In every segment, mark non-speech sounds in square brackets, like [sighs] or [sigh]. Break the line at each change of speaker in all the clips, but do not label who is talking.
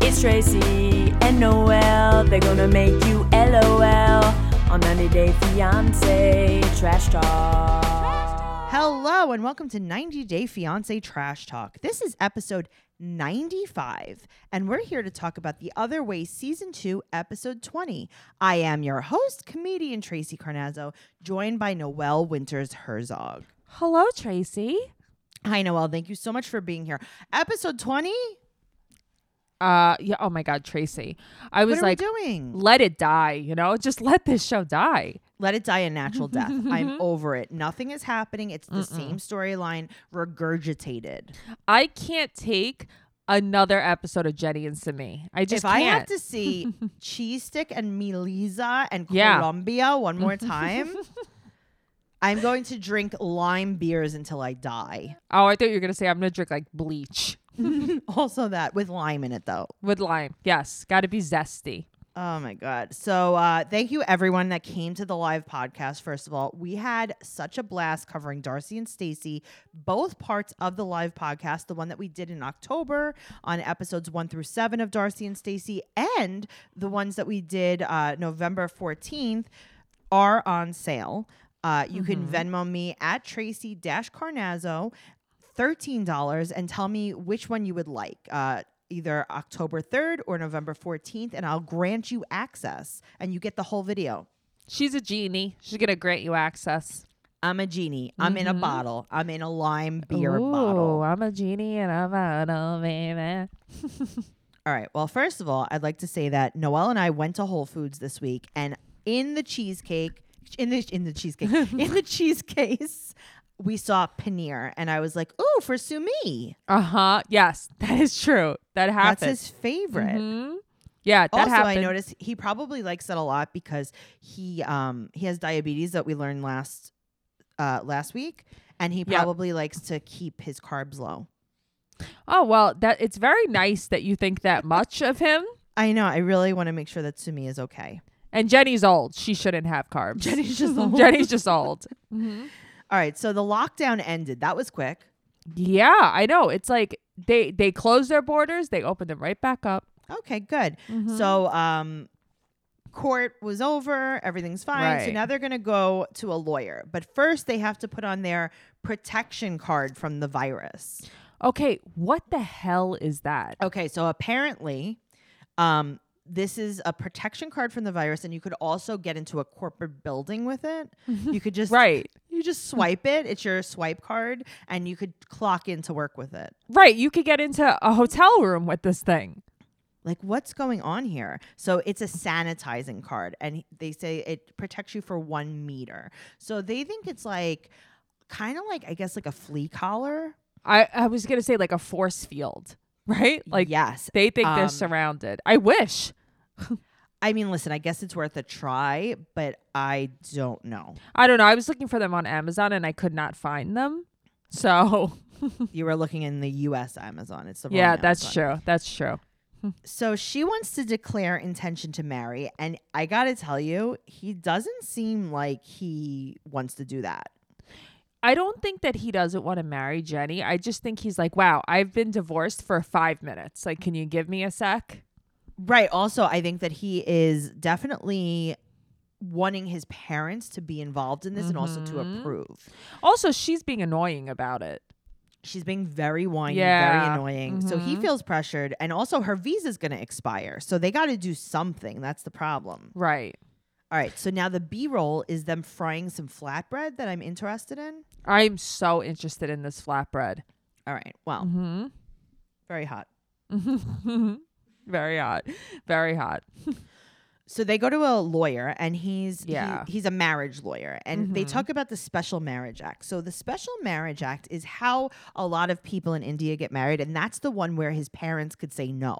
It's Tracy and Noel. They're gonna make you LOL on 90 Day Fiance Trash Talk.
Hello and welcome to 90 Day Fiance Trash Talk. This is episode 95, and we're here to talk about The Other Way Season 2, Episode 20. I am your host, comedian Tracy Carnazzo, joined by Noelle Winters Herzog.
Hello, Tracy.
Hi, Noelle. Thank you so much for being here. Episode 20?
Uh, yeah. Oh my God, Tracy. I was
What are
like,
we doing?
let it die. You know, just [laughs] let this show die.
Let it die a natural death.
[laughs]
I'm over it. Nothing is happening. It's the same storyline regurgitated.
I can't take another episode of Jenny and Simi. I
if
just
I have
can't.
to
[laughs]
see cheese stick and Melisa and
Yeah.
Colombia one
[laughs]
more time, I'm going to drink lime beers until I die. [laughs]
oh, I thought you were gonna say I'm gonna drink like bleach
Also, that with lime in it though.
with lime. Yes, got to be zesty.
Oh my God. So, uh, thank you everyone that came to the live podcast. First of all, we had such a blast covering Darcy and Stacy, both parts of the live podcast, the one that we did in October on episodes one through seven of Darcy and Stacy, and the ones that we did uh, November 14th are on sale. Uh, you can Venmo me at Tracy Carnazzo $13 and tell me which one you would like, uh, either October 3rd or November 14th, and I'll grant you access and you get the whole video.
She's a genie. She's gonna grant you access.
I'm a genie. I'm in a bottle. I'm in a lime beer
Ooh,
bottle.
I'm a genie and I'm out of baby.
All right. Well, first of all, I'd like to say that Noelle and I went to Whole Foods this week, and in the cheesecake, in the in the
[laughs]
cheesecake, in the cheese case, we saw paneer, and I was like, "Ooh, for Sumi,
Uh huh. Yes, [laughs] that is true. That happened.
that's his favorite."
Mhm. Yeah, that
also,
happened.
I noticed he probably likes it a lot because he um he has diabetes that we learned last uh last week, and he
Yeah.
probably likes to keep his carbs low.
Oh well, that it's very nice that you think that much of him.
I know. I really want to make sure that Sumi is
[laughs]
okay. [laughs]
And Jenny's old; she shouldn't have carbs. [laughs]
Jenny's just old.
Jenny's just old.
All right. So the lockdown ended. That was quick.
Yeah, I know. It's like they they closed their borders, they opened them right back up.
Okay, good. So um court was over, everything's fine. So
Right.
now they're going to go to a lawyer. But first they have to put on their protection card from the virus.
Okay, what the hell is that?
Okay, so apparently um this is a protection card from the virus and you could also get into a corporate building with it. [laughs] You could just
Right,
You just swipe it. It's your swipe card and you could clock in to work with it.
right. You could get into a hotel room with this thing.
like what's going on here so it's a sanitizing card and he- they say it protects you for one meter so they think it's like kind of like i guess like a flea collar
I I was gonna say like a force field, [laughs] right? Like
yes
they think
um,
they're surrounded. I wish.
i mean listen i guess it's worth a try but i don't
[laughs]
know
I don't know. I was looking for them on Amazon and I could not find them. So
you were looking in the us amazon it's the wrong
yeah, that's
Amazon.
true. That's true.
so she wants to declare intention to marry and i gotta tell you he doesn't seem like he wants to do that
I don't think that he doesn't want to marry Jenny. I just think he's like, wow, I've been divorced for five minutes. Like, can you give me a sec?
Right. Also, I think that he is definitely wanting his parents to be involved in this and also to
Mhm.
approve.
Also, she's being annoying about it.
She's being very whiny, very
Yeah.
annoying. So he
Mhm.
feels pressured. And also, her visa is going to expire. So they got to do something. That's the problem.
Right.
All right. So now the B roll is them frying some flatbread that I'm interested in.
I'm so interested in this flatbread.
All right. Well,
hmm
very hot.
Mm-hmm. [laughs] Very hot. Very hot.
So they go to a lawyer and he's he-
Yeah. Mm-hmm.
he's a marriage lawyer and they talk about the Special Marriage Act. So the Special Marriage Act is how a lot of people in India get married and that's the one where his parents could say no.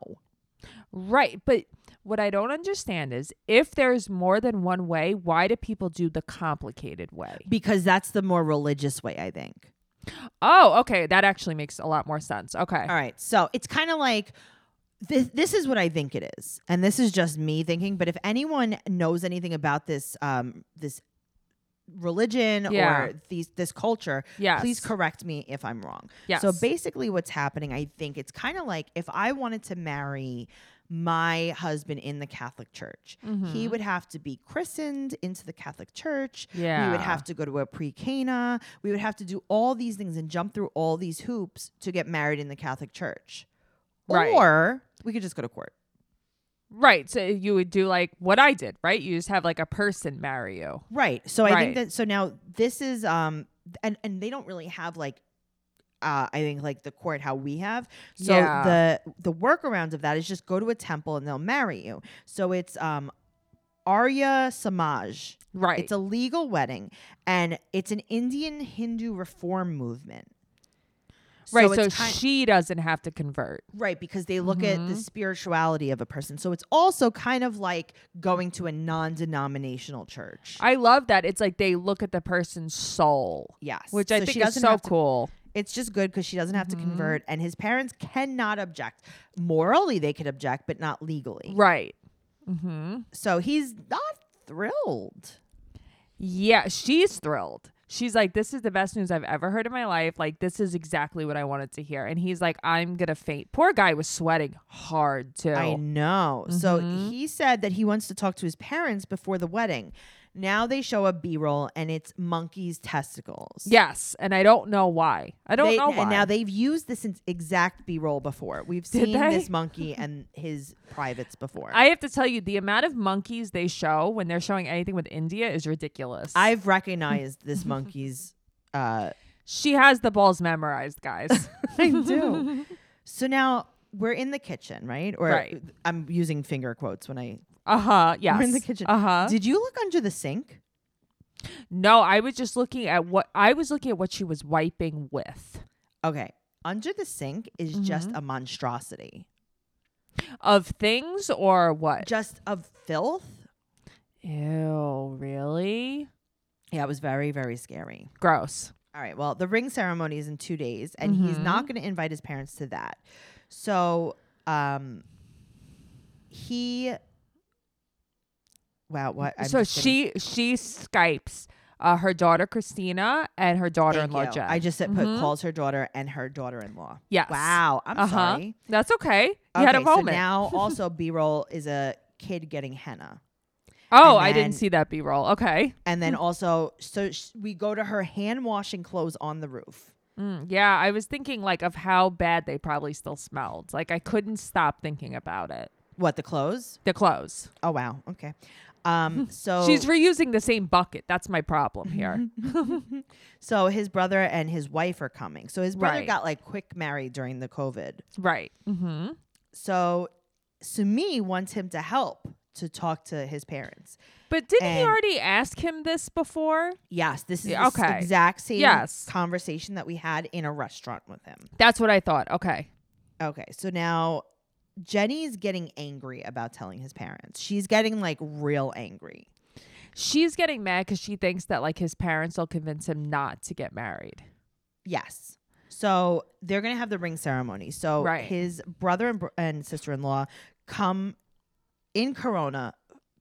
Right. But what I don't understand is if there's more than one way, why do people do the complicated way?
Because that's the more religious way, I think.
Oh, okay. That actually makes a lot more sense. Okay.
All right. So it's kind of like this, this is what I think it is. And this is just me thinking, but if anyone knows anything about this um this religion
Yeah.
or these this culture,
Yes.
please correct me if I'm wrong.
Yes.
So basically, what's happening, I think it's kind of like if I wanted to marry my husband in the Catholic Church.
Mm-hmm.
He would have to be christened into the Catholic Church. We would
Yeah.
have to go to a pre cana. We would have to do all these things and jump through all these hoops to get married in the Catholic Church.
Right.
Or we could just go to court.
Right. So you would do like what I did, right? You just have like a person marry you.
Right. So I think
Right.
that so now this is um and and they don't really have like uh I think like the court how we have. So
Yeah.
the the workaround of that is just go to a temple and they'll marry you. So it's um Arya Samaj.
Right.
It's a legal wedding and it's an Indian Hindu reform movement.
right.
it's
So,
kind-
she doesn't have to convert.
Right, because they look at
Mm-hmm.
the spirituality of a person. So it's also kind of like going to a non denominational church.
I love that. It's like they look at the person's soul.
yes.
Which I
So
think
she
is
doesn't
so
have to-
cool.
It's just good because she doesn't have
Mm-hmm.
to convert, and his parents cannot object. Morally, they could object, but not legally.
Right. Mm-hmm.
So he's not thrilled.
Yeah, she's thrilled. She's like, this is the best news I've ever heard in my life. Like, this is exactly what I wanted to hear. And he's like, I'm going to faint. Poor guy was sweating hard, too.
I know. So
Mm-hmm.
he said that he wants to talk to his parents before the wedding. Now they show a B roll, and it's monkey's testicles.
yes. And I don't know why. I don't
They-
know why.
And now they've used this in- exact B roll before. We've
Did
seen this
they?
monkey and his privates before.
I have to tell you, the amount of monkeys they show when they're showing anything with India is ridiculous.
I've recognized this monkey's. Uh,
she has the balls
[laughs]
memorized, guys. [laughs]
I do. [laughs] So now we're in the kitchen, right? Or
Right.
I'm using finger quotes when I.
uh huh. Yes.
We're in the kitchen.
Uh huh.
Did you look under the sink?
no, I was just looking at what I was looking at what she was wiping with
Okay. Under the sink is just
Mm-hmm.
a monstrosity,
of things or what?
just of filth.
Ew, really?
Yeah, it was very, very scary.
Gross.
All right. Well, the ring ceremony is in two days, and he's not
Mm-hmm.
going to invite his parents to that. So, um, he. Wow. What? I'm
so
just gonna-
she she skypes uh, her daughter Christina and her
Thank
daughter-in-law
you.
Jen.
I just said put
Mhm.
calls her daughter and her daughter-in-law.
Yes.
Wow. I'm
Uh-huh.
sorry.
That's okay. You had a
Okay, so
moment. [laughs]
now also B-roll is a kid getting henna.
oh,
and
I
then-
didn't see that B-roll. Okay.
And then also so sh- we go to her hand washing clothes on the roof.
Mm, yeah, I was thinking like of how bad they probably still smelled. Like I couldn't stop thinking about it.
What the clothes?
The clothes.
Oh wow. Okay.
[laughs]
Um so
She's reusing the same bucket. That's my
[laughs]
problem here. [laughs]
so his brother and his wife are coming. So his brother
Right.
got like quick married during the COVID.
right. Mm-hmm.
So Sumi wants him to help to talk to his parents.
But didn't he
And-
already ask him this before?
Yes, this is
Yeah,
the s-
okay.
exact same
Yes.
conversation that we had in a restaurant with him.
That's what I thought. Okay.
Okay, so now Jenny's getting angry about telling his parents. She's getting like real angry.
She's getting mad because she thinks that like his parents will convince him not to get married.
Yes. So they're going to have the ring ceremony. So
Right.
his brother and, br- and sister in law come in Corona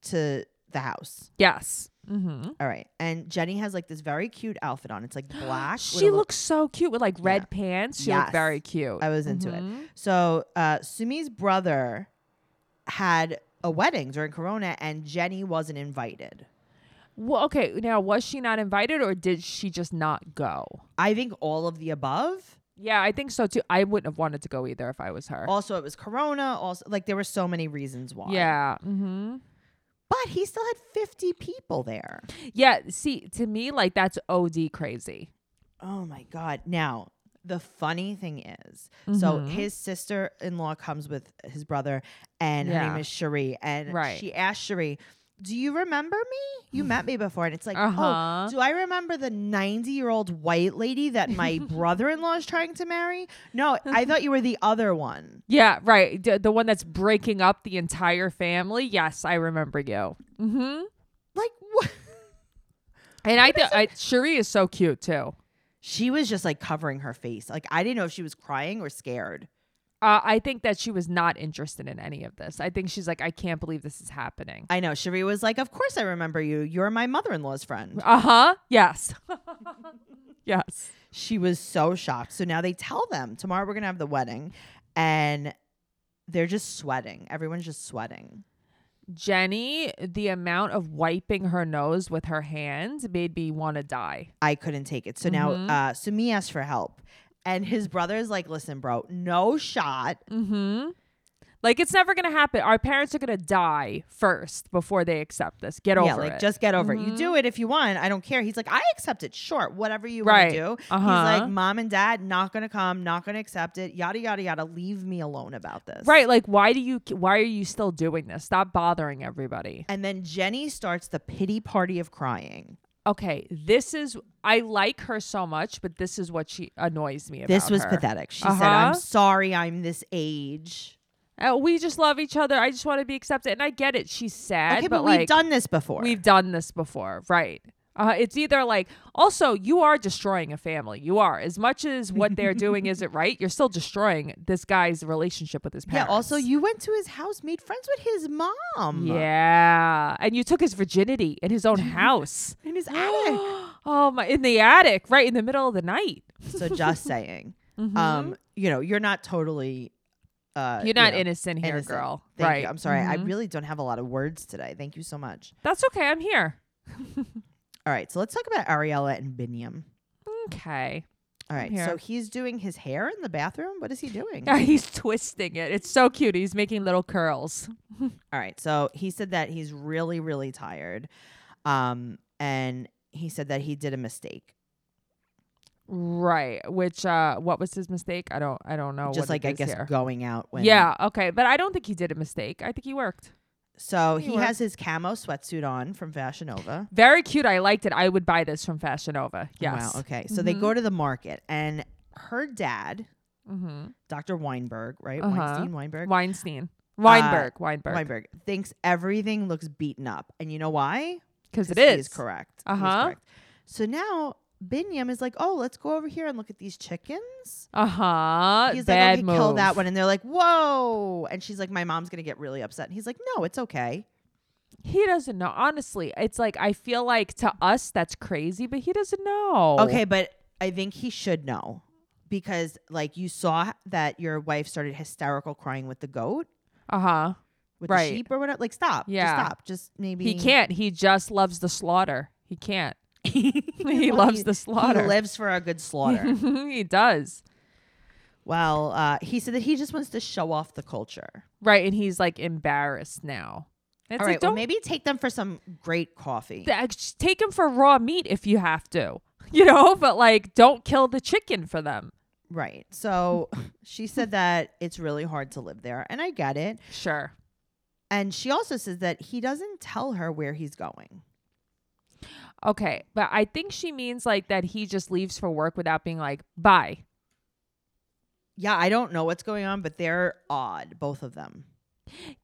to the house.
Yes. Mm-hmm.
All right. And Jenny has like this very cute outfit on. It's like black. with a
[gasps] She
little-
looks so cute with like red pants. She
Yes.
looked very cute.
I was into it.
Mhm.
So uh, Sumi's brother had a wedding during Corona and Jenny wasn't invited.
Well, okay. Now, was she not invited or did she just not go?
I think all of the above.
Yeah, I think so too. I wouldn't have wanted to go either if I was her.
Also, it was Corona. Also, like there were so many reasons why.
yeah. hmm
But he still had 50 people there.
Yeah. See, to me, like that's OD crazy.
Oh my God. Now, the funny thing is so
Mm-hmm.
his sister in law comes with his brother, and her name
Yeah.
is Cherie. And
Right.
she asked Cherie, do you remember me? You met me before. And it's like,
Uh-huh.
oh, do I remember the 90 year old white lady that
[laughs]
my brother in law is trying to marry? No, I thought you were the other one.
Yeah, right. D- the one that's breaking up the entire family. Yes, I remember you. hmm
Like, what?
And I think I Cherie is so cute too.
She was just like covering her face. Like, I didn't know if she was crying or scared.
Uh, I think that she was not interested in any of this. I think she's like, I can't believe this is happening.
I know. Cherie was like, Of course I remember you. You're my mother in law's friend.
Uh huh. Yes. [laughs] yes.
She was so shocked. So now they tell them tomorrow we're going to have the wedding. And They're just sweating. Everyone's just sweating.
Jenny, the amount of wiping her nose with her hands made me want to die.
I couldn't take it. So now
Mhm.
uh Sumi asked for help. And his brother's like, listen, bro, no shot.
Mm-hmm. Like it's never gonna happen. Our parents are gonna die first before they accept this. Get over
yeah, like
it.
just get over it. You
Mhm.
do it if you want. I don't care. He's like, I accept it. Sure, whatever you
Right.
want to do. He's
Uh-huh.
like, mom and dad not gonna come, not gonna accept it. Yada yada yada. Leave me alone about this.
right. Like why do you? Why are you still doing this? Stop bothering everybody.
And then Jenny starts the pity party of crying.
Okay, this is. I like her so much, but this is what she annoys me about.
This was
her.
pathetic. She said, I'm
Uh-huh.
sorry I'm this age.
Uh, we just love each other. I just want to be accepted, and I get it. She's sad,
okay, but,
but,
we've
like,
done this before.
We've done this before, right? Uh, it's either like, also, you are destroying a family. You are. As much as what
[laughs]
they're doing isn't right, you're still destroying this guy's relationship with his
yeah,
parents.
also you went to his house, made friends with his mom.
Yeah. And you took his virginity
[laughs]
in his own house.
In his attic.
[gasps] oh, my. In the attic, right in the middle of the night. [laughs]
So just saying, um, you know, you're not totally. Uh,
Mm-hmm. You're not
you know,
innocent here,
innocent.
girl.
Thank
right.
You. I'm sorry. I
Mhm.
really don't have a lot of words today. Thank you so much.
That's okay. I'm here.
All right. So let's talk about Ariella and Binyam.
Okay.
All right.
here.
So he's doing his hair in the bathroom. What is he
[laughs]
doing?
He's twisting it. It's so cute. He's making little curls.
All right. So he said that he's really, really tired. Um, and he said that he did a mistake.
Right. Which uh what was his mistake? I don't I don't know.
Just
Oh, what
like,
it
I
is
guess,
here.
going out when.
Yeah, okay. But I don't think he did a mistake. I think he worked.
So
He
he
worked.
has his camo sweatsuit on from Fashion Nova.
Very cute. I liked it. I would buy this from Fashion Nova. Yes.
Oh, Wow. Okay. So they go to the market, and her dad,
Mm-hmm.
Dr. Weinberg, right?
Uh-huh.
Weinstein, Weinberg.
Weinstein. Weinberg. Weinberg.
Uh, Weinberg thinks everything looks beaten up. And you know why?
Because it
'Cause he
is.
is correct. He is
Uh-huh.
correct. So now Binyam is like, oh, let's go over here and look at these chickens.
Uh huh.
He's
Bad
like, okay,
move.
kill that one. And they're like, whoa. And she's like, my mom's going to get really upset. And he's like, no, it's okay.
He doesn't know. Honestly, it's like I feel like to us that's crazy, but he doesn't know.
Okay, but I think he should know because, like, you saw that your wife started hysterical crying with the goat,
Uh huh.
with
Right.
the sheep or whatever. Like, stop.
Yeah.
Just stop. Just maybe.
He can't. [laughs] He just loves the slaughter. He can't. [laughs] he
[laughs] Well,
loves the slaughter.
He lives for a good
[laughs]
slaughter.
he does.
well, uh, he said that he just wants to show off the culture.
Right, and he's like embarrassed now. It's
All
like
right, well,
don't
maybe take them for some great coffee.
th- just take him for raw meat if you have to, [laughs] you know. But like, don't kill the chicken for them.
right. So [laughs] she said that it's really hard to live there, and I get it.
Sure.
And she also says that he doesn't tell her where he's going.
Okay, but I think she means like that he just leaves for work without being like bye.
Yeah, I don't know what's going on, but they're odd, both of
[laughs]
them.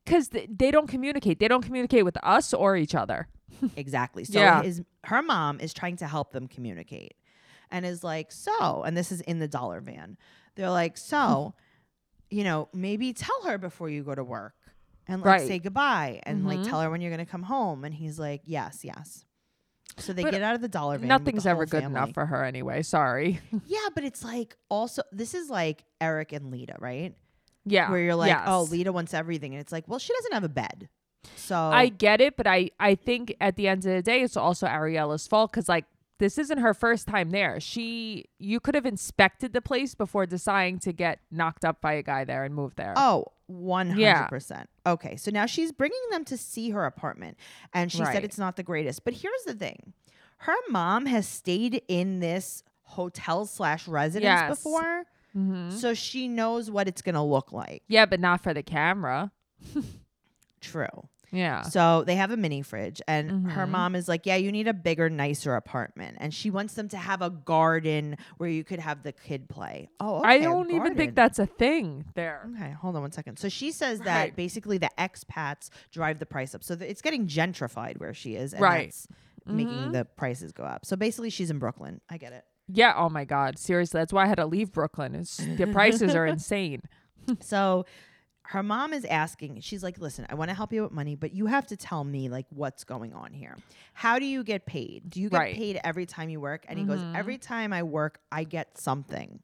Because th- they don't communicate. They don't communicate with us or each other.
Exactly. So
Yeah.
his her mom is trying to help them communicate and is like, so, and this is in the dollar van. They're like,
[laughs]
so, you know, maybe tell her before you go to work and like
Right.
say goodbye and like
Mhm.
tell her when you're gonna come home. And he's like, Yes, yes. So they
But
get out of the dollar van. with the
Nothing's ever
whole
good enough
family.
for her anyway. Sorry. [laughs]
yeah, but it's like also this is like Eric and Lita, right?
yeah.
Where you're like,
yes.
Oh, Lita wants everything. And it's like, well, she doesn't have a bed. So
I get it, but I I think at the end of the day, it's also Ariella's fault because like this isn't her first time there. She you could have inspected the place before deciding to get knocked up by a guy there and move there.
Oh, 100%.
Yeah.
Okay. So now she's bringing them to see her apartment. And she
Right.
said it's not the greatest. But here's the thing her mom has stayed in this hotel slash residence
Yes.
before.
Mhm.
So she knows what it's going to look like.
Yeah, but not for the camera.
True.
Yeah.
So they have a mini fridge. And her
Mhm.
mom is like, Yeah, you need a bigger, nicer apartment. And she wants them to have a garden where you could have the kid play. Oh, okay, Mm.
I
a
don't even
garden.
think that's a thing there.
Okay, hold on one second. So she says
Right.
that basically the expats drive the price up. So th- it's getting gentrified where she is, and
Right.
that's making
Mhm.
the prices go up. So basically, she's in Brooklyn. I
[laughs]
get it.
Yeah, oh my god. Seriously, that's why I had to leave Brooklyn. It's, the
[laughs]
prices are insane.
so her mom is asking. She's like, "Listen, I want to help you with money, but you have to tell me like what's going on here. How do you get paid? Do you get
Right.
paid every time you work?" And he goes,
Mhm.
"Every time I work, I get something."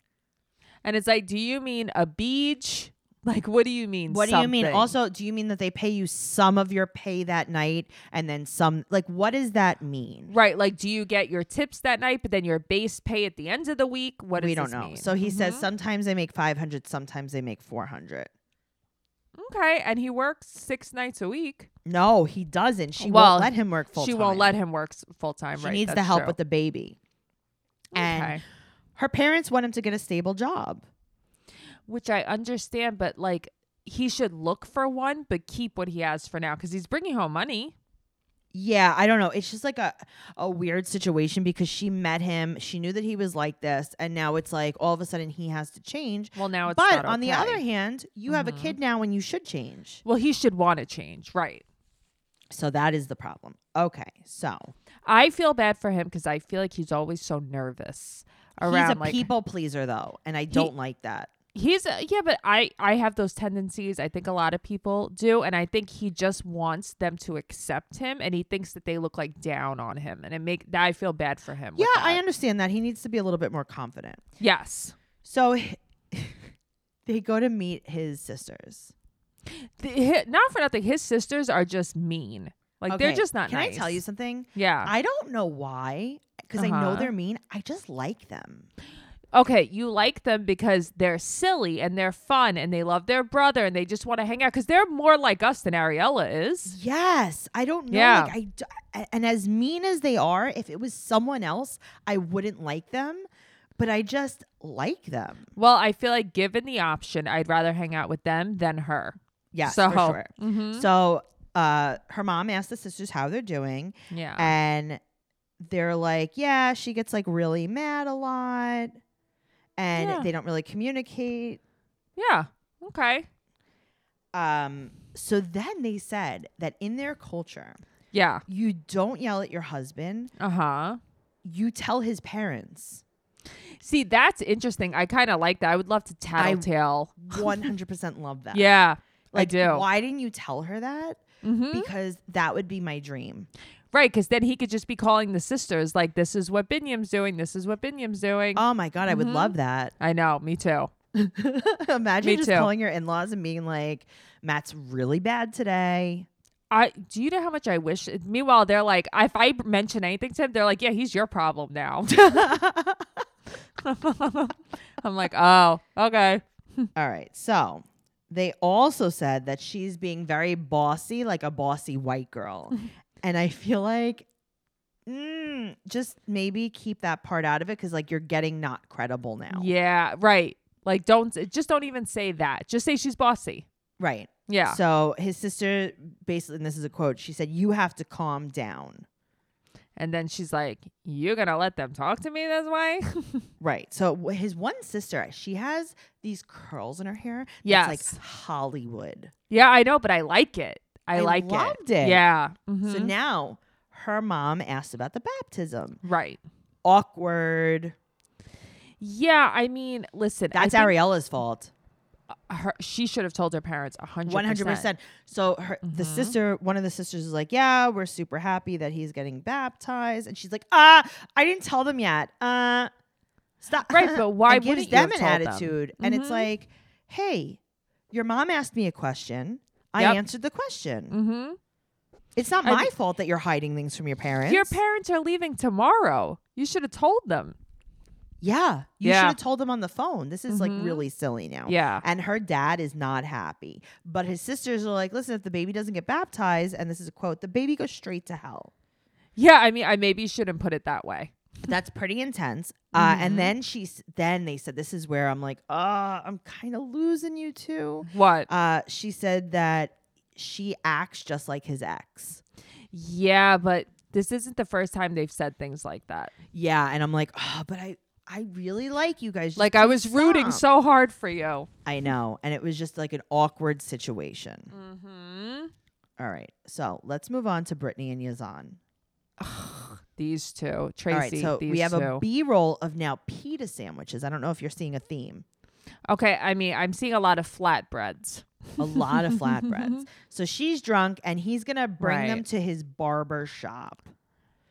And it's like, do you mean a beach Like, what do you mean?
What do you mean?
something?
Also, do you mean that they pay you some of your pay that night and then some? Like, what does that mean?
right? Like, do you get your tips that night, but then your base pay at the end of the week? What does
we don't
this
know.
mean?
So he says
Mhm.
sometimes they make 500, sometimes they make 400.
Mm-hmm. okay, and he works six nights a week.
No, he doesn't. She
Well,
won't let him work full
she
time.
won't let him work full time.
She
right?
needs the
That's
help
true.
with the baby. And
Okay.
her parents want him to get a stable job.
which I understand, but like he should look for one, but keep what he has for now because he's bringing home money.
Yeah, I don't know. It's just like a a weird situation because she met him, she knew that he was like this, and now it's like all of a sudden he has to change.
Well, now it's
But
not
on the
okay. Mm-hmm.
other hand, you have a kid now and you should change.
well, he should want to change, right?
So that is the problem. Okay, so
I feel bad for him because I feel like he's always so nervous around
he's a
like
people pleaser though, and I don't like that.
he's a, yeah, but I I have those tendencies. I think a lot of people do, and I think he just wants them to accept him, and he thinks that they look like down on him, and it make that I feel bad for him.
Yeah,
with
I
that.
understand that he needs to be a little bit more confident.
Yes,
So [laughs] they go to meet his sisters.
The- hi- not for nothing. His sisters are just mean. Like they're
Okay,
just not.
Can
nice.
I tell you something?
Yeah.
I don't know why, because I know
Uh-huh.
they're mean. I just like them.
Okay, you like them because they're silly and they're fun and they love their brother and they just want to hang out because they're more like us than Ariella is.
Yes, I don't know.
Yeah.
Like, I d- a- and as mean as they are, if it was someone else, I wouldn't like them. But I just like them.
Well, I feel like given the option, I'd rather hang out with them than her.
Yes,
so,
for sure.
mhm.
So uh, her mom asked the sisters how they're doing,
yeah.
and they're like, "Yeah, she gets like really mad a lot, and
Yeah.
they don't really communicate."
yeah. Okay.
Um, so then they said that in their culture,
Yeah.
you don't yell at your husband;
Uh huh.
you tell his
[laughs]
parents.
See, that's interesting. I kind of like that. I would love to tattletale.
One hundred percent love that.
yeah.
like,
I do.
Why didn't you tell her that?
Mhm.
Because that would be my dream.
Right. Because then he could just be calling the sisters, like, this is what Binyam's doing. This is what Binyam's doing.
Oh my god, I
Mm-hmm.
would love that. [laughs]
[laughs] I know. Me too.
Imagine
Me
just
too.
calling your in-laws and being like, "Matt's really bad today."
I do you know how much I wish? Meanwhile, they're like, if I mention anything to him, they're like, yeah, he's your problem now. [laughs] I'm like, oh, okay.
All right. So they also said that she's being very bossy, like a bossy white
[laughs]
girl. and I feel like mm, just maybe keep that part out of it because, like, you're getting not credible now.
Yeah, right. Like, don't just don't even say that. Just say she's bossy.
Right.
Yeah.
So his sister basically, and this is a quote, she said, You have to calm down.
and then she's like, you're gonna let them talk to me this way? [laughs]
Right. So w- his one sister, uh, she has these curls in her hair. Yeah.
Yes.
It's like Hollywood.
yeah, I know, but I like it. I,
I
like
loved it.
it. Yeah.
So
mhm.
now her mom asked about the baptism.
right.
Awkward.
Yeah. I mean, listen, I
That's
think
Ariella's fault.
her, she should have told her parents a hundred. Mm-hmm.
One hundred percent. So her, the sister, one of the sisters, is like, "Yeah, we're super happy that he's getting baptized," and she's like, "Ah, I didn't tell them yet. Uh, stop."
Right,
[laughs]
but why
and gives
wouldn't you have
them an
told them? Mm-hmm.
attitude? And it's like, "Hey, your mom asked me a question. I
Yep.
answered the question.
Mm-hmm.
It's not
I-
my fault that you're hiding things from your parents.
Your parents are leaving tomorrow. You should have told them.
yeah, you
Yeah.
should have told them on the phone. This is like
Mhm.
really silly now.
Yeah.
And her dad is not happy. But his sisters are like, listen, if the baby doesn't get baptized, and this is a quote, the baby goes straight to hell.
Yeah, I mean, I maybe shouldn't put it that way.
That's pretty intense. Uh, and then she's then they said, this is where I'm like, uh, I'm kind of losing you two.
What?
Uh, she said that she acts just like his ex.
Yeah, but this isn't the first time they've said things like that.
Yeah. And I'm like, oh, but I, I really like you guys. Just
Like I
please
was rooting
stop."
so hard for you.
I know. And it was just like an awkward situation.
Mm-hmm.
All right. So let's move on to Brittany and Yazan.
These two, Tracy.
All right, so
these
we have
two.
a B roll of now pita sandwiches. I don't know if you're seeing a theme.
okay, I mean, I'm seeing a lot of flatbreads.
A lot of [laughs] flatbreads. So she's drunk and he's gonna bring them
Right.
to his barber shop.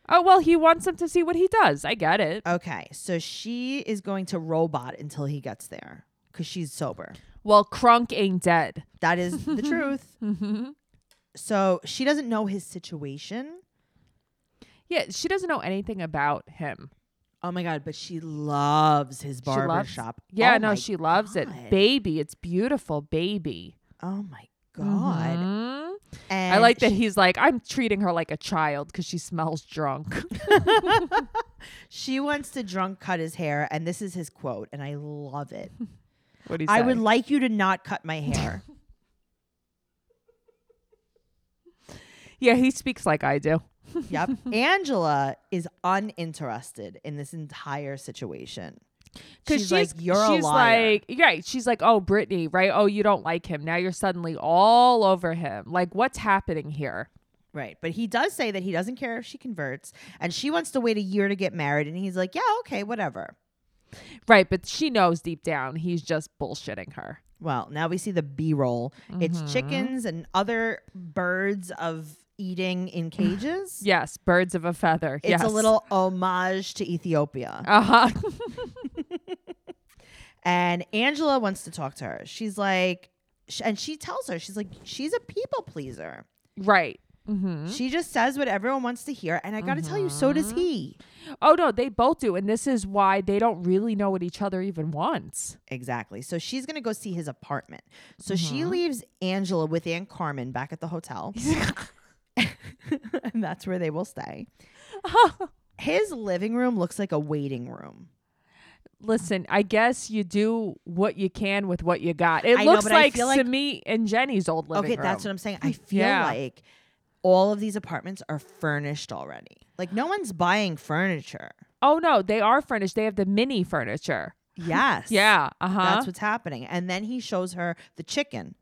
Oh well, he wants them to see what he does. I get it.
Okay, so she is going to robot until he gets there because she's sober.
Well, Crunk ain't dead.
That is [laughs] the truth.
Mm-hmm.
So she doesn't know his situation.
Yeah, she doesn't know anything about him.
Oh my god, but she loves his
loves-
barber shop.
Yeah,
Oh
no,
my-
she loves
God.
it. Baby, it's beautiful, baby.
Oh my god.
Mhm.
And
I like that
she,
he's like, I'm treating her like a child because she smells drunk. [laughs]
she wants to drunk cut his hair and this is his quote and I love
[laughs]
it.
what do you
I would like you to not cut
[laughs]
my hair.
Yeah, he speaks like I do.
yep.
[laughs]
Angela is uninterested in this entire situation.
Because
she's, like you're
she's
a liar.
like, right. She's like, oh, Brittany, right? Oh, you don't like him. Now you're suddenly all over him. Like, what's happening here?
Right. But he does say that he doesn't care if she converts and she wants to wait a year to get married. And he's like, yeah, okay, whatever.
Right. But she knows deep down he's just bullshitting her.
Well, now we see the B roll.
Mm-hmm.
It's chickens and other birds of eating
[sighs]
in cages.
Yes. Birds of a feather.
It's
yes.
a
[laughs]
little homage to Ethiopia.
Uh huh.
And Angela wants to talk to her. She's like, sh- and she tells her, she's like, she's a people pleaser.
[laughs] right. hmm
She just says what everyone wants to hear. And I got to tell you, so does he.
Oh, no, they both do. And this is why they don't really know what each other even wants.
Exactly. So she's going to go see his apartment. So
Mm-hmm.
she leaves Angela with Aunt Carmen back at the
[laughs]
hotel. [laughs] and that's where they will
[laughs]
stay. His living room looks like a waiting room.
Listen, I guess you do what you can with what you got. It
I know,
looks
but I
like
feel like-
Sami and Jenny's old living
okay,
room.
that's what I'm saying.
[laughs]
I feel
Yeah.
like all of these apartments are furnished already. Like no one's buying furniture.
Oh no, they are furnished. They have the mini furniture.
Yes.
Yeah. Uh huh.
That's what's happening. And then he shows her the chicken.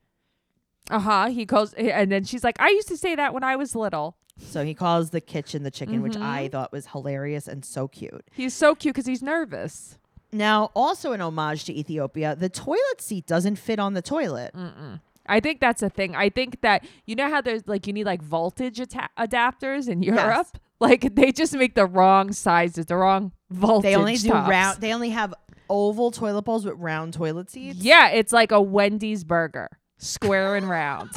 Uh huh. He goes, and then she's like, "I used to say that when I was little."
So he calls the kitchen the chicken,
Mm-hmm.
which I thought was hilarious and so cute.
He's so cute because he's nervous.
Now, also an homage to Ethiopia, the toilet seat doesn't fit on the toilet.
Mm. I think that's a thing. I think that you know how there's like you need like voltage ata- adapters in Europe. Like they just make the wrong sizes, the wrong voltage.
They only do
tops.
round they only have oval toilet bowls with round toilet seats.
[laughs] Yeah, it's like a Wendy's burger, square
[laughs]
and round.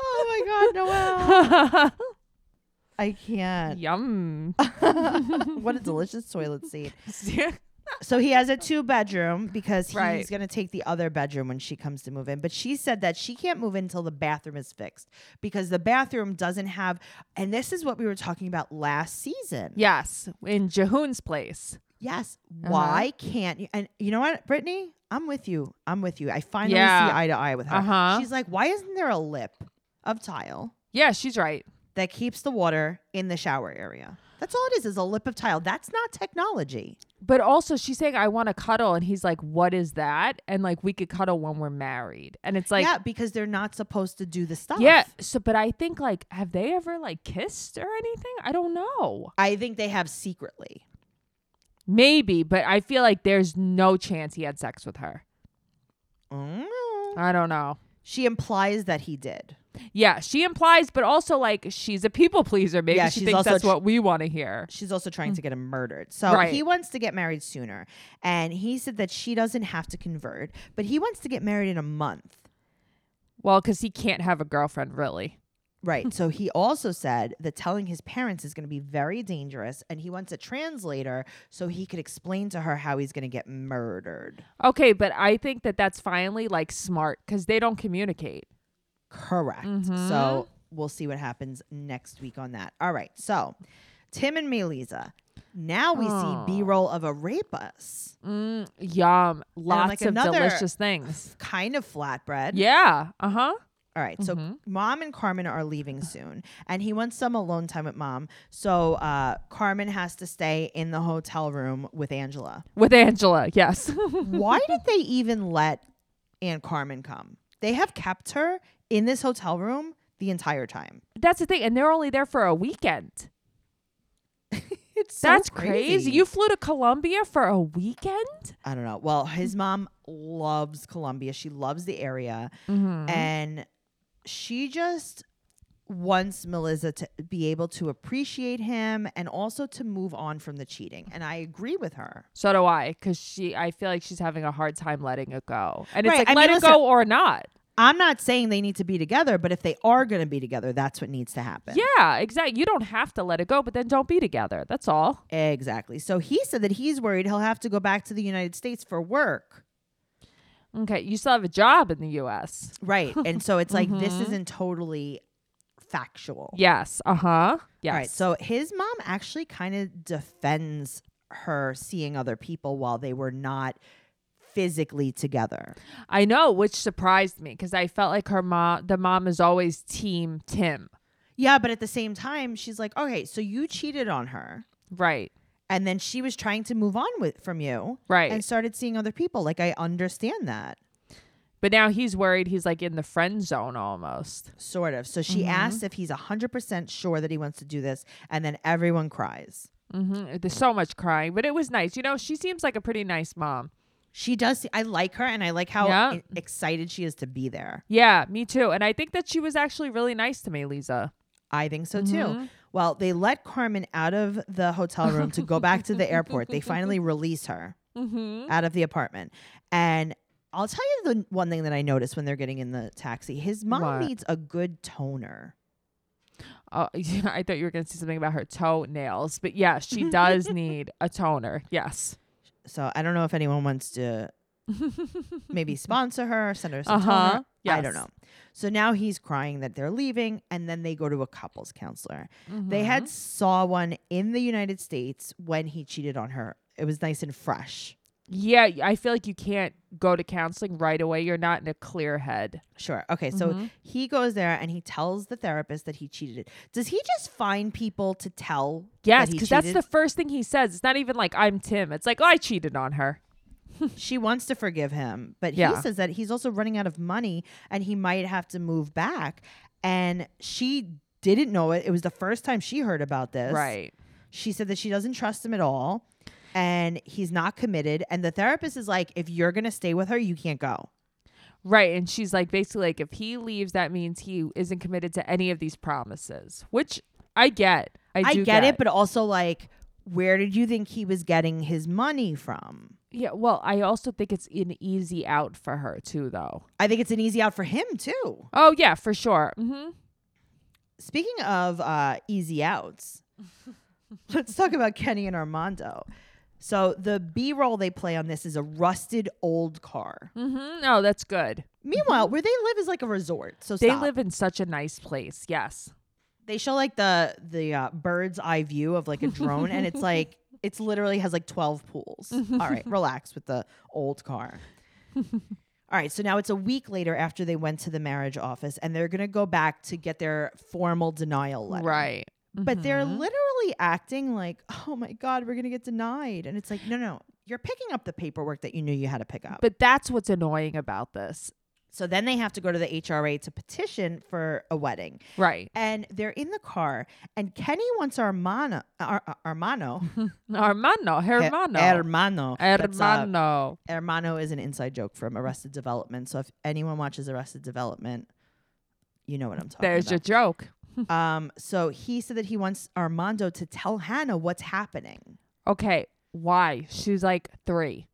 Oh my god, Noelle.
[laughs]
I can't. [laughs]
Yum.
what a delicious toilet seat. So he has a two bedroom because he's
Right.
going to take the other bedroom when she comes to move in. But she said that she can't move in until the bathroom is fixed because the bathroom doesn't have. And this is what we were talking about last season.
yes, in Jehoon's place.
Yes.
Uh-huh.
Why can't you? And you know what, Brittany? I'm with you. I'm with you. I finally
Yeah.
see eye to eye with her.
Uh-huh.
She's like, why isn't there a lip of tile
Yeah, she's right.
that keeps the water in the shower area? That's all it is, is a lip of tile. That's not technology.
But also, she's saying, I want to cuddle. And he's like, What is that? And like, we could cuddle when we're married. And it's like,
yeah, because they're not supposed to do the stuff.
yeah. So, but I think, like, have they ever like kissed or anything? I don't know.
I think they have secretly.
Maybe, but I feel like there's no chance he had sex with her. I don't know.
She implies that he did.
Yeah, she implies, but also like she's a people pleaser. Maybe
Yeah,
she
she's
thinks
also
that's
tr-
what we want to hear.
She's also trying to get him murdered. So
Right.
he wants to get married sooner. And he said that she doesn't have to convert, but he wants to get married in a month.
Well, because he can't have a girlfriend, really.
Right. so he also said that telling his parents is going to be very dangerous and he wants a translator so he could explain to her how he's going to get murdered.
Okay, but I think that that's finally like smart because they don't communicate.
Correct. So
Mm-hmm.
we'll see what happens next week on that. All right. So Tim and Melisa. Now we
Oh.
see B roll of a rapist.
Mm, yum. Lots
like,
of
another-
delicious things.
kind of flatbread.
Yeah. Mm-hmm. Uh huh.
All right. So mom and Carmen are leaving soon, and he wants some alone time with mom. So uh, Carmen has to stay in the hotel room with
[laughs]
Angela.
With Angela. Yes. [laughs]
Why did they even let Aunt Carmen come? They have kept her in this hotel room the entire time.
That's the thing. And they're only there for a weekend.
It's so
That's crazy. You flew to Colombia for a weekend?
I don't know. Well, his mom Mm-hmm.
Mm-hmm.
loves Colombia. She loves the area, and she just wants Melissa to be able to appreciate him and also to move on from the cheating. And I agree with her.
So do I, because she. I feel like she's having a hard time letting it go, and it's
Right,
like
I
let
mean,
it
listen-
go or not.
I'm not saying they need to be together, but if they are going to be together, that's what needs to happen.
Yeah, exactly. You don't have to let it go, but then don't be together. That's all.
Exactly. So he said that he's worried he'll have to go back to the United States for work.
Okay, you still have a job in the U.S.
Right. And so it's like, this isn't totally factual.
Yes. Uh huh. Yes.
All right. So his mom actually kind of defends her seeing other people while they were not physically together.
I know, which surprised me because I felt like her mom, the mom is always team Tim.
Yeah. But at the same time, she's like, okay, so you cheated on her.
Right.
And then she was trying to move on with from you.
Right.
And started seeing other people. Like, I understand that.
But now he's worried he's like in the friend zone almost.
Sort of. So she asks if he's 100% sure that he wants to do this. And then everyone cries.
hmm There's so much crying, but it was nice. You know, she seems like a pretty nice mom.
She does. I like her and I like how
Yeah.
e- excited she is to be there.
Yeah, me too. And I think that she was actually really nice to me, Lisa.
I think so too. Well, they let Carmen out of the hotel room to go back to
[laughs]
the airport. They finally release her
Mm-hmm.
out of the apartment. And I'll tell you the one thing that I noticed when they're getting in the taxi. His mom
What?
needs a good toner.
Oh, [laughs] yeah, I thought you were going to say something about her toenails, but
[laughs]
yeah, she does need a toner. Yes.
So I don't know if anyone wants
[laughs]
to maybe sponsor her, send her some
Uh-huh.
toner. I don't
Yes.
know. So now he's crying that they're leaving, and then they go to a couples counselor.
Mm-hmm.
They
Uh-huh.
had saw one in the United States when he cheated on her. It was nice and fresh.
Yeah, y- I feel like you can't go to counseling right away. You're not in a clear head.
Sure. Okay. So
Mm-hmm.
he goes there and he tells the therapist that he cheated. Does he just find people to tell?
Yes,
because
because that's the first thing he says. It's not even like I'm Tim. It's like oh, I cheated on her.
[laughs] she wants to forgive him, but he
Yeah.
says that he's also running out of money and he might have to move back. And she didn't know it. It was the first time she heard about this.
Right.
She said that she doesn't trust him at all and he's not committed. And the therapist is like, if you're going to stay with her, you can't go.
Right. And she's like, basically, like, if he leaves, that means he isn't committed to any of these promises, which I get. I,
I
do
get, it, but also, like, where did you think he was getting his money from?
yeah, well, I also think it's an easy out for her, too, though.
I think it's an easy out for him, too.
Oh, yeah, for sure. hmm
Speaking of uh, easy
[laughs]
outs, let's talk about Kenny and Armando. So the B roll they play on this is a rusted old car.
hmm No, that's good.
Meanwhile, where they live is like a resort. So
Mm-hmm. They
stop.
live in such a nice place. Yes.
They show like the the uh, bird's eye view of like a drone, and it's like
[laughs]
it's literally has like twelve pools. All right, relax with the old
[laughs]
car. All right, so now it's a week later after they went to the marriage office, and they're gonna go back to get their formal denial letter.
Right. Mm-hmm.
but they're literally acting like, [laughs] oh my God, we're going to get denied. And it's like, no, no, you're picking up the paperwork that you knew you had to pick up.
But that's what's annoying about this.
so then they have to go to the HRA to petition for a wedding.
Right.
And they're in the car, and Kenny wants Armano, Ar- Ar- Armano,
[laughs] Armando, Hermano.
Hermano. That's, uh,
Hermano.
Hermano is an inside joke from Arrested Development. So if anyone watches Arrested Development, you know what I'm talking
There's your
about.
joke. [laughs]
um, so he said that he wants Armando to tell Hannah what's happening.
Okay. Why? She's like three.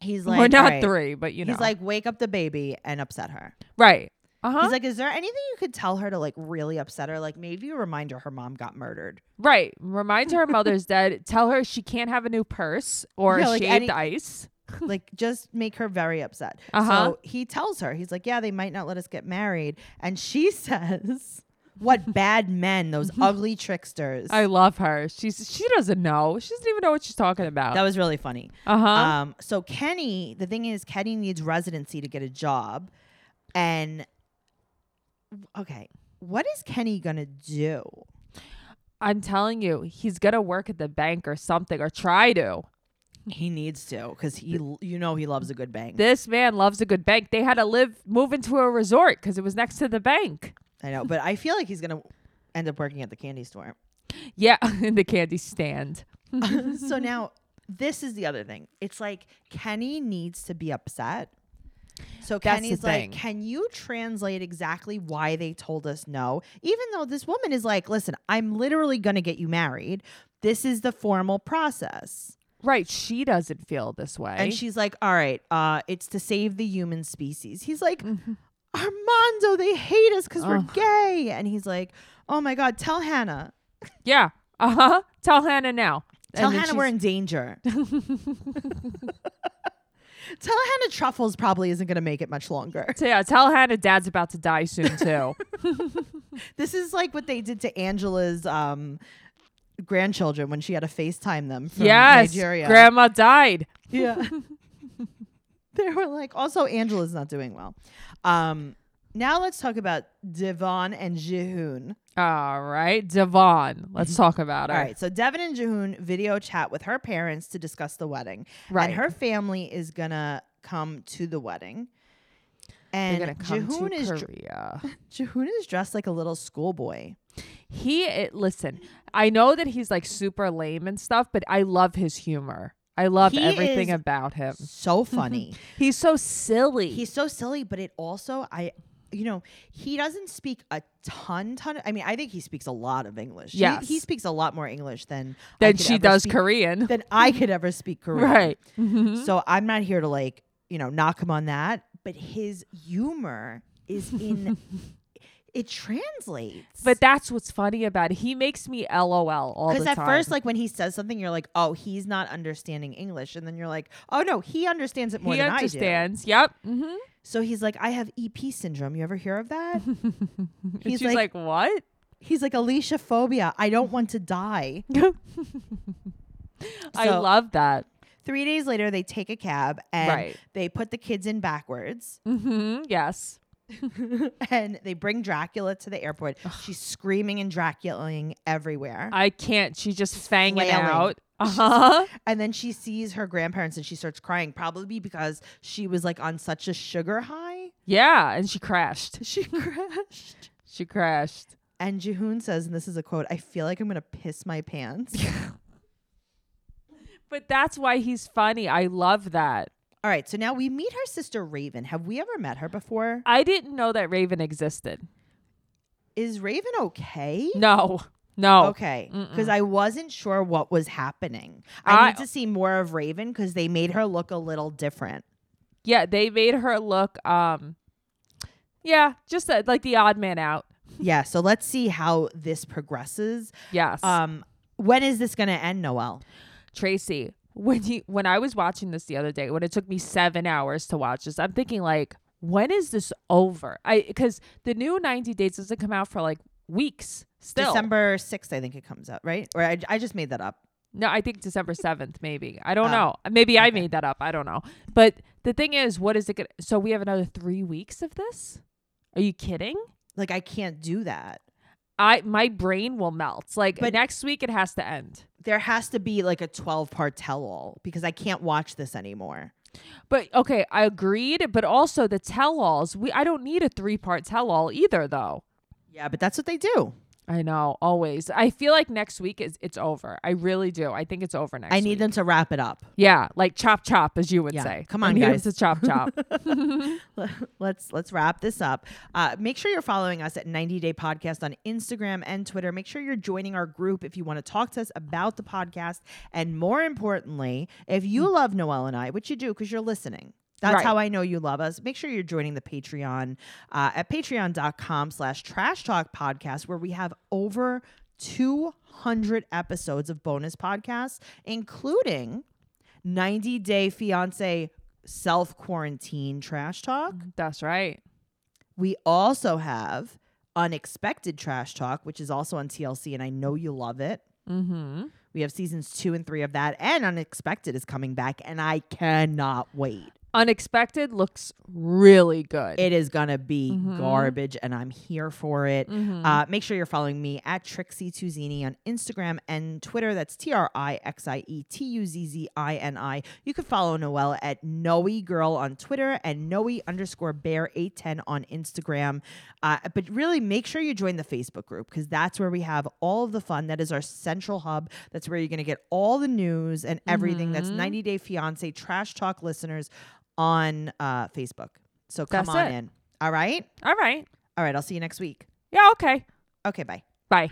He's
We're
like,
not
"All right,
three, but you know.
He's like, wake up the baby and upset her.
right. Uh huh.
He's like, is there anything you could tell her to like really upset her? Like maybe a reminder her mom got
[laughs]
murdered.
Right. Remind her
[laughs]
her mother's dead. Tell her she can't have a new purse or
Yeah, like
shaved
any-
ice.
like just make her very upset.
Uh-huh.
So he tells her, he's like, yeah, they might not let us get married. And she [laughs] says,
[laughs]
what bad men, those ugly tricksters.
Mm-hmm. I love her. She's she doesn't know. She doesn't even know what she's talking about.
that was really funny.
Uh huh.
Um, so Kenny, the thing is, Kenny needs residency to get a job. And okay, what is Kenny gonna do?
I'm telling you, he's gonna work at the bank or something or try to.
He needs to because he, you know, he loves a good bang.
This man loves a good bank. They had to live move into a resort because it was next to the bank.
I know, but I feel like he's gonna end up working at the candy
[laughs]
store.
Yeah, in the candy stand.
so now this is the other thing. It's like Kenny needs to be upset So
That's the
Kenny's like,
thing.
"Can you translate exactly why they told us no?" Even though this woman is like, "Listen, I'm literally going to get you married. This is the formal process."
Right. She doesn't feel this way.
And she's like, "All right, uh, it's to save the human species." He's like, "Armando, they hate us because we're
Ugh.
gay," and he's like, "Oh my god, tell Hannah,
yeah. Uh huh. Tell Hannah now.
tell
And then
Hannah we're
she's-
in [laughs] danger." tell Hannah truffles probably isn't going to make it much longer.
Yeah. Tell Hannah dad's about to die soon too.
[laughs] This is like what they did to Angela's um, grandchildren when she had to FaceTime them from
yes.
Nigeria.
Grandma died. [laughs]
yeah. [laughs] they were like, also, Angela's not doing well. Um, now let's talk about Devon and Jehoon.
All right. Devon. Let's talk about her.
All right, so Devon and Jehoon video chat with her parents to discuss the wedding.
Right.
And her family is going to come to the wedding.
They're
And
gonna come
Jehoon
to
is, dr-
Korea.
Jehoon is dressed like a little schoolboy.
He it, listen. I know that he's like super lame and stuff, but I love his humor. I love
He
everything
is-
about him.
So funny.
He's so silly.
He's so silly, but it also I you know, he doesn't speak a ton ton of, I mean, I think he speaks a lot of English. He-
Yes.
He, speaks a lot more English than I
then
could
she
ever
does
speak-
Korean. [laughs]
than I could ever speak Korean.
Right. Mm-hmm.
So I'm not here to like, you know, knock him on that, but his humor is
[laughs]
in it translates.
But that's what's funny about it. He makes me LOL all the
because
time.
at first, like when he says something, you're like, "Oh, he's not understanding English," and then you're like, "Oh no, he understands it more
he
than I do."
understands. Yep. Mm-hmm.
So he's like, I have EP syndrome. You ever hear of that? he's
she's
[laughs]
like, what? [laughs]
he's like Alicia phobia. I don't want to die.
I
So-
love that.
Three days later, they take a cab and
Right.
they put the kids in backwards
Mm-hmm. Yes.
and they bring Dracula to the airport. She's screaming and Draculaing everywhere.
I can't. She's just fanging
flailing.
out.
[laughs]
Uh huh.
and then she sees her grandparents and she starts crying, probably because she was like on such a sugar high.
Yeah. And [laughs] she crashed.
She crashed.
She crashed.
And Jihoon says, and this is a quote, I feel like I'm going to piss my pants.
[laughs] But that's why he's funny. I love that.
All right, so now we meet her sister Raven. Have we ever met her before?
I didn't know that Raven existed.
Is Raven okay?
No. No.
Okay, because I wasn't sure what was happening.
I-
I need to see more of Raven because they made her look a little different.
Yeah, they made her look um yeah, just uh, like the odd man out.
Yeah, so let's see how this progresses.
Yes.
Um, when is this going to end, Noel?
Tracy, when you when I was watching this the other day, when it took me seven hours to watch this, I'm thinking like, when is this over? I because the new 90 Days doesn't come out for like weeks still.
December sixth, I think it comes out, right? Or I, I just made that up.
No, I
[laughs]
think December 7th, maybe. I don't
Oh,
know. Maybe I
okay.
made that up. I don't know. But the thing is, what is it going to. So we have another three weeks of this? Are you kidding?
Like I can't do that.
I My brain will melt. Like
But-
next week, it has to end.
There has to be like a twelve part tell all because I can't watch this anymore.
But okay, I agreed. But also the tell alls, We I don't need a three part tell all either, though.
Yeah, but that's what they do.
I know, always. I feel like next week is it's over. I really do. I think it's over next
I need
week.
them to wrap it up.
Yeah, like chop chop, as you would
Yeah.
say.
Come
I
on,
need 'em
guys.
to chop
[laughs]
chop.
let's let's wrap this up. Uh, make sure you're following us at 90 Day Podcast on Instagram and Twitter. Make sure you're joining our group if you want to talk to us about the podcast. And more importantly, if you love Noel and I, which you do because you're listening. That's
Right.
how I know you love us. Make sure you're joining the Patreon uh, at patreon.com slash trash talk podcast, where we have over 200 episodes of bonus podcasts, including 90 Day Fiance self quarantine trash talk.
That's right.
We also have Unexpected Trash Talk, which is also on TLC, and I know you love it.
Mm-hmm.
We have seasons two and three of that, and Unexpected is coming back, and I cannot wait.
Unexpected looks really good.
It is gonna be
Mhm.
garbage, and I'm here for it. Uh, make sure you're following me at Trixie Tuzini on Instagram and Twitter. That's T R I X I E T U Z Z I N I. You can follow Noelle at Noe Girl on Twitter and Noe underscore Bear eight ten on Instagram. Uh, but really, make sure you join the Facebook group because that's where we have all of the fun. That is our central hub. That's where you're gonna get all the news and everything. That's
Mhm.
90 Day Fiance Trash Talk listeners on uh, Facebook. So come
That's
on
it.
in. All right.
All right.
All right. I'll see you next week.
Yeah. Okay.
Okay. Bye.
Bye.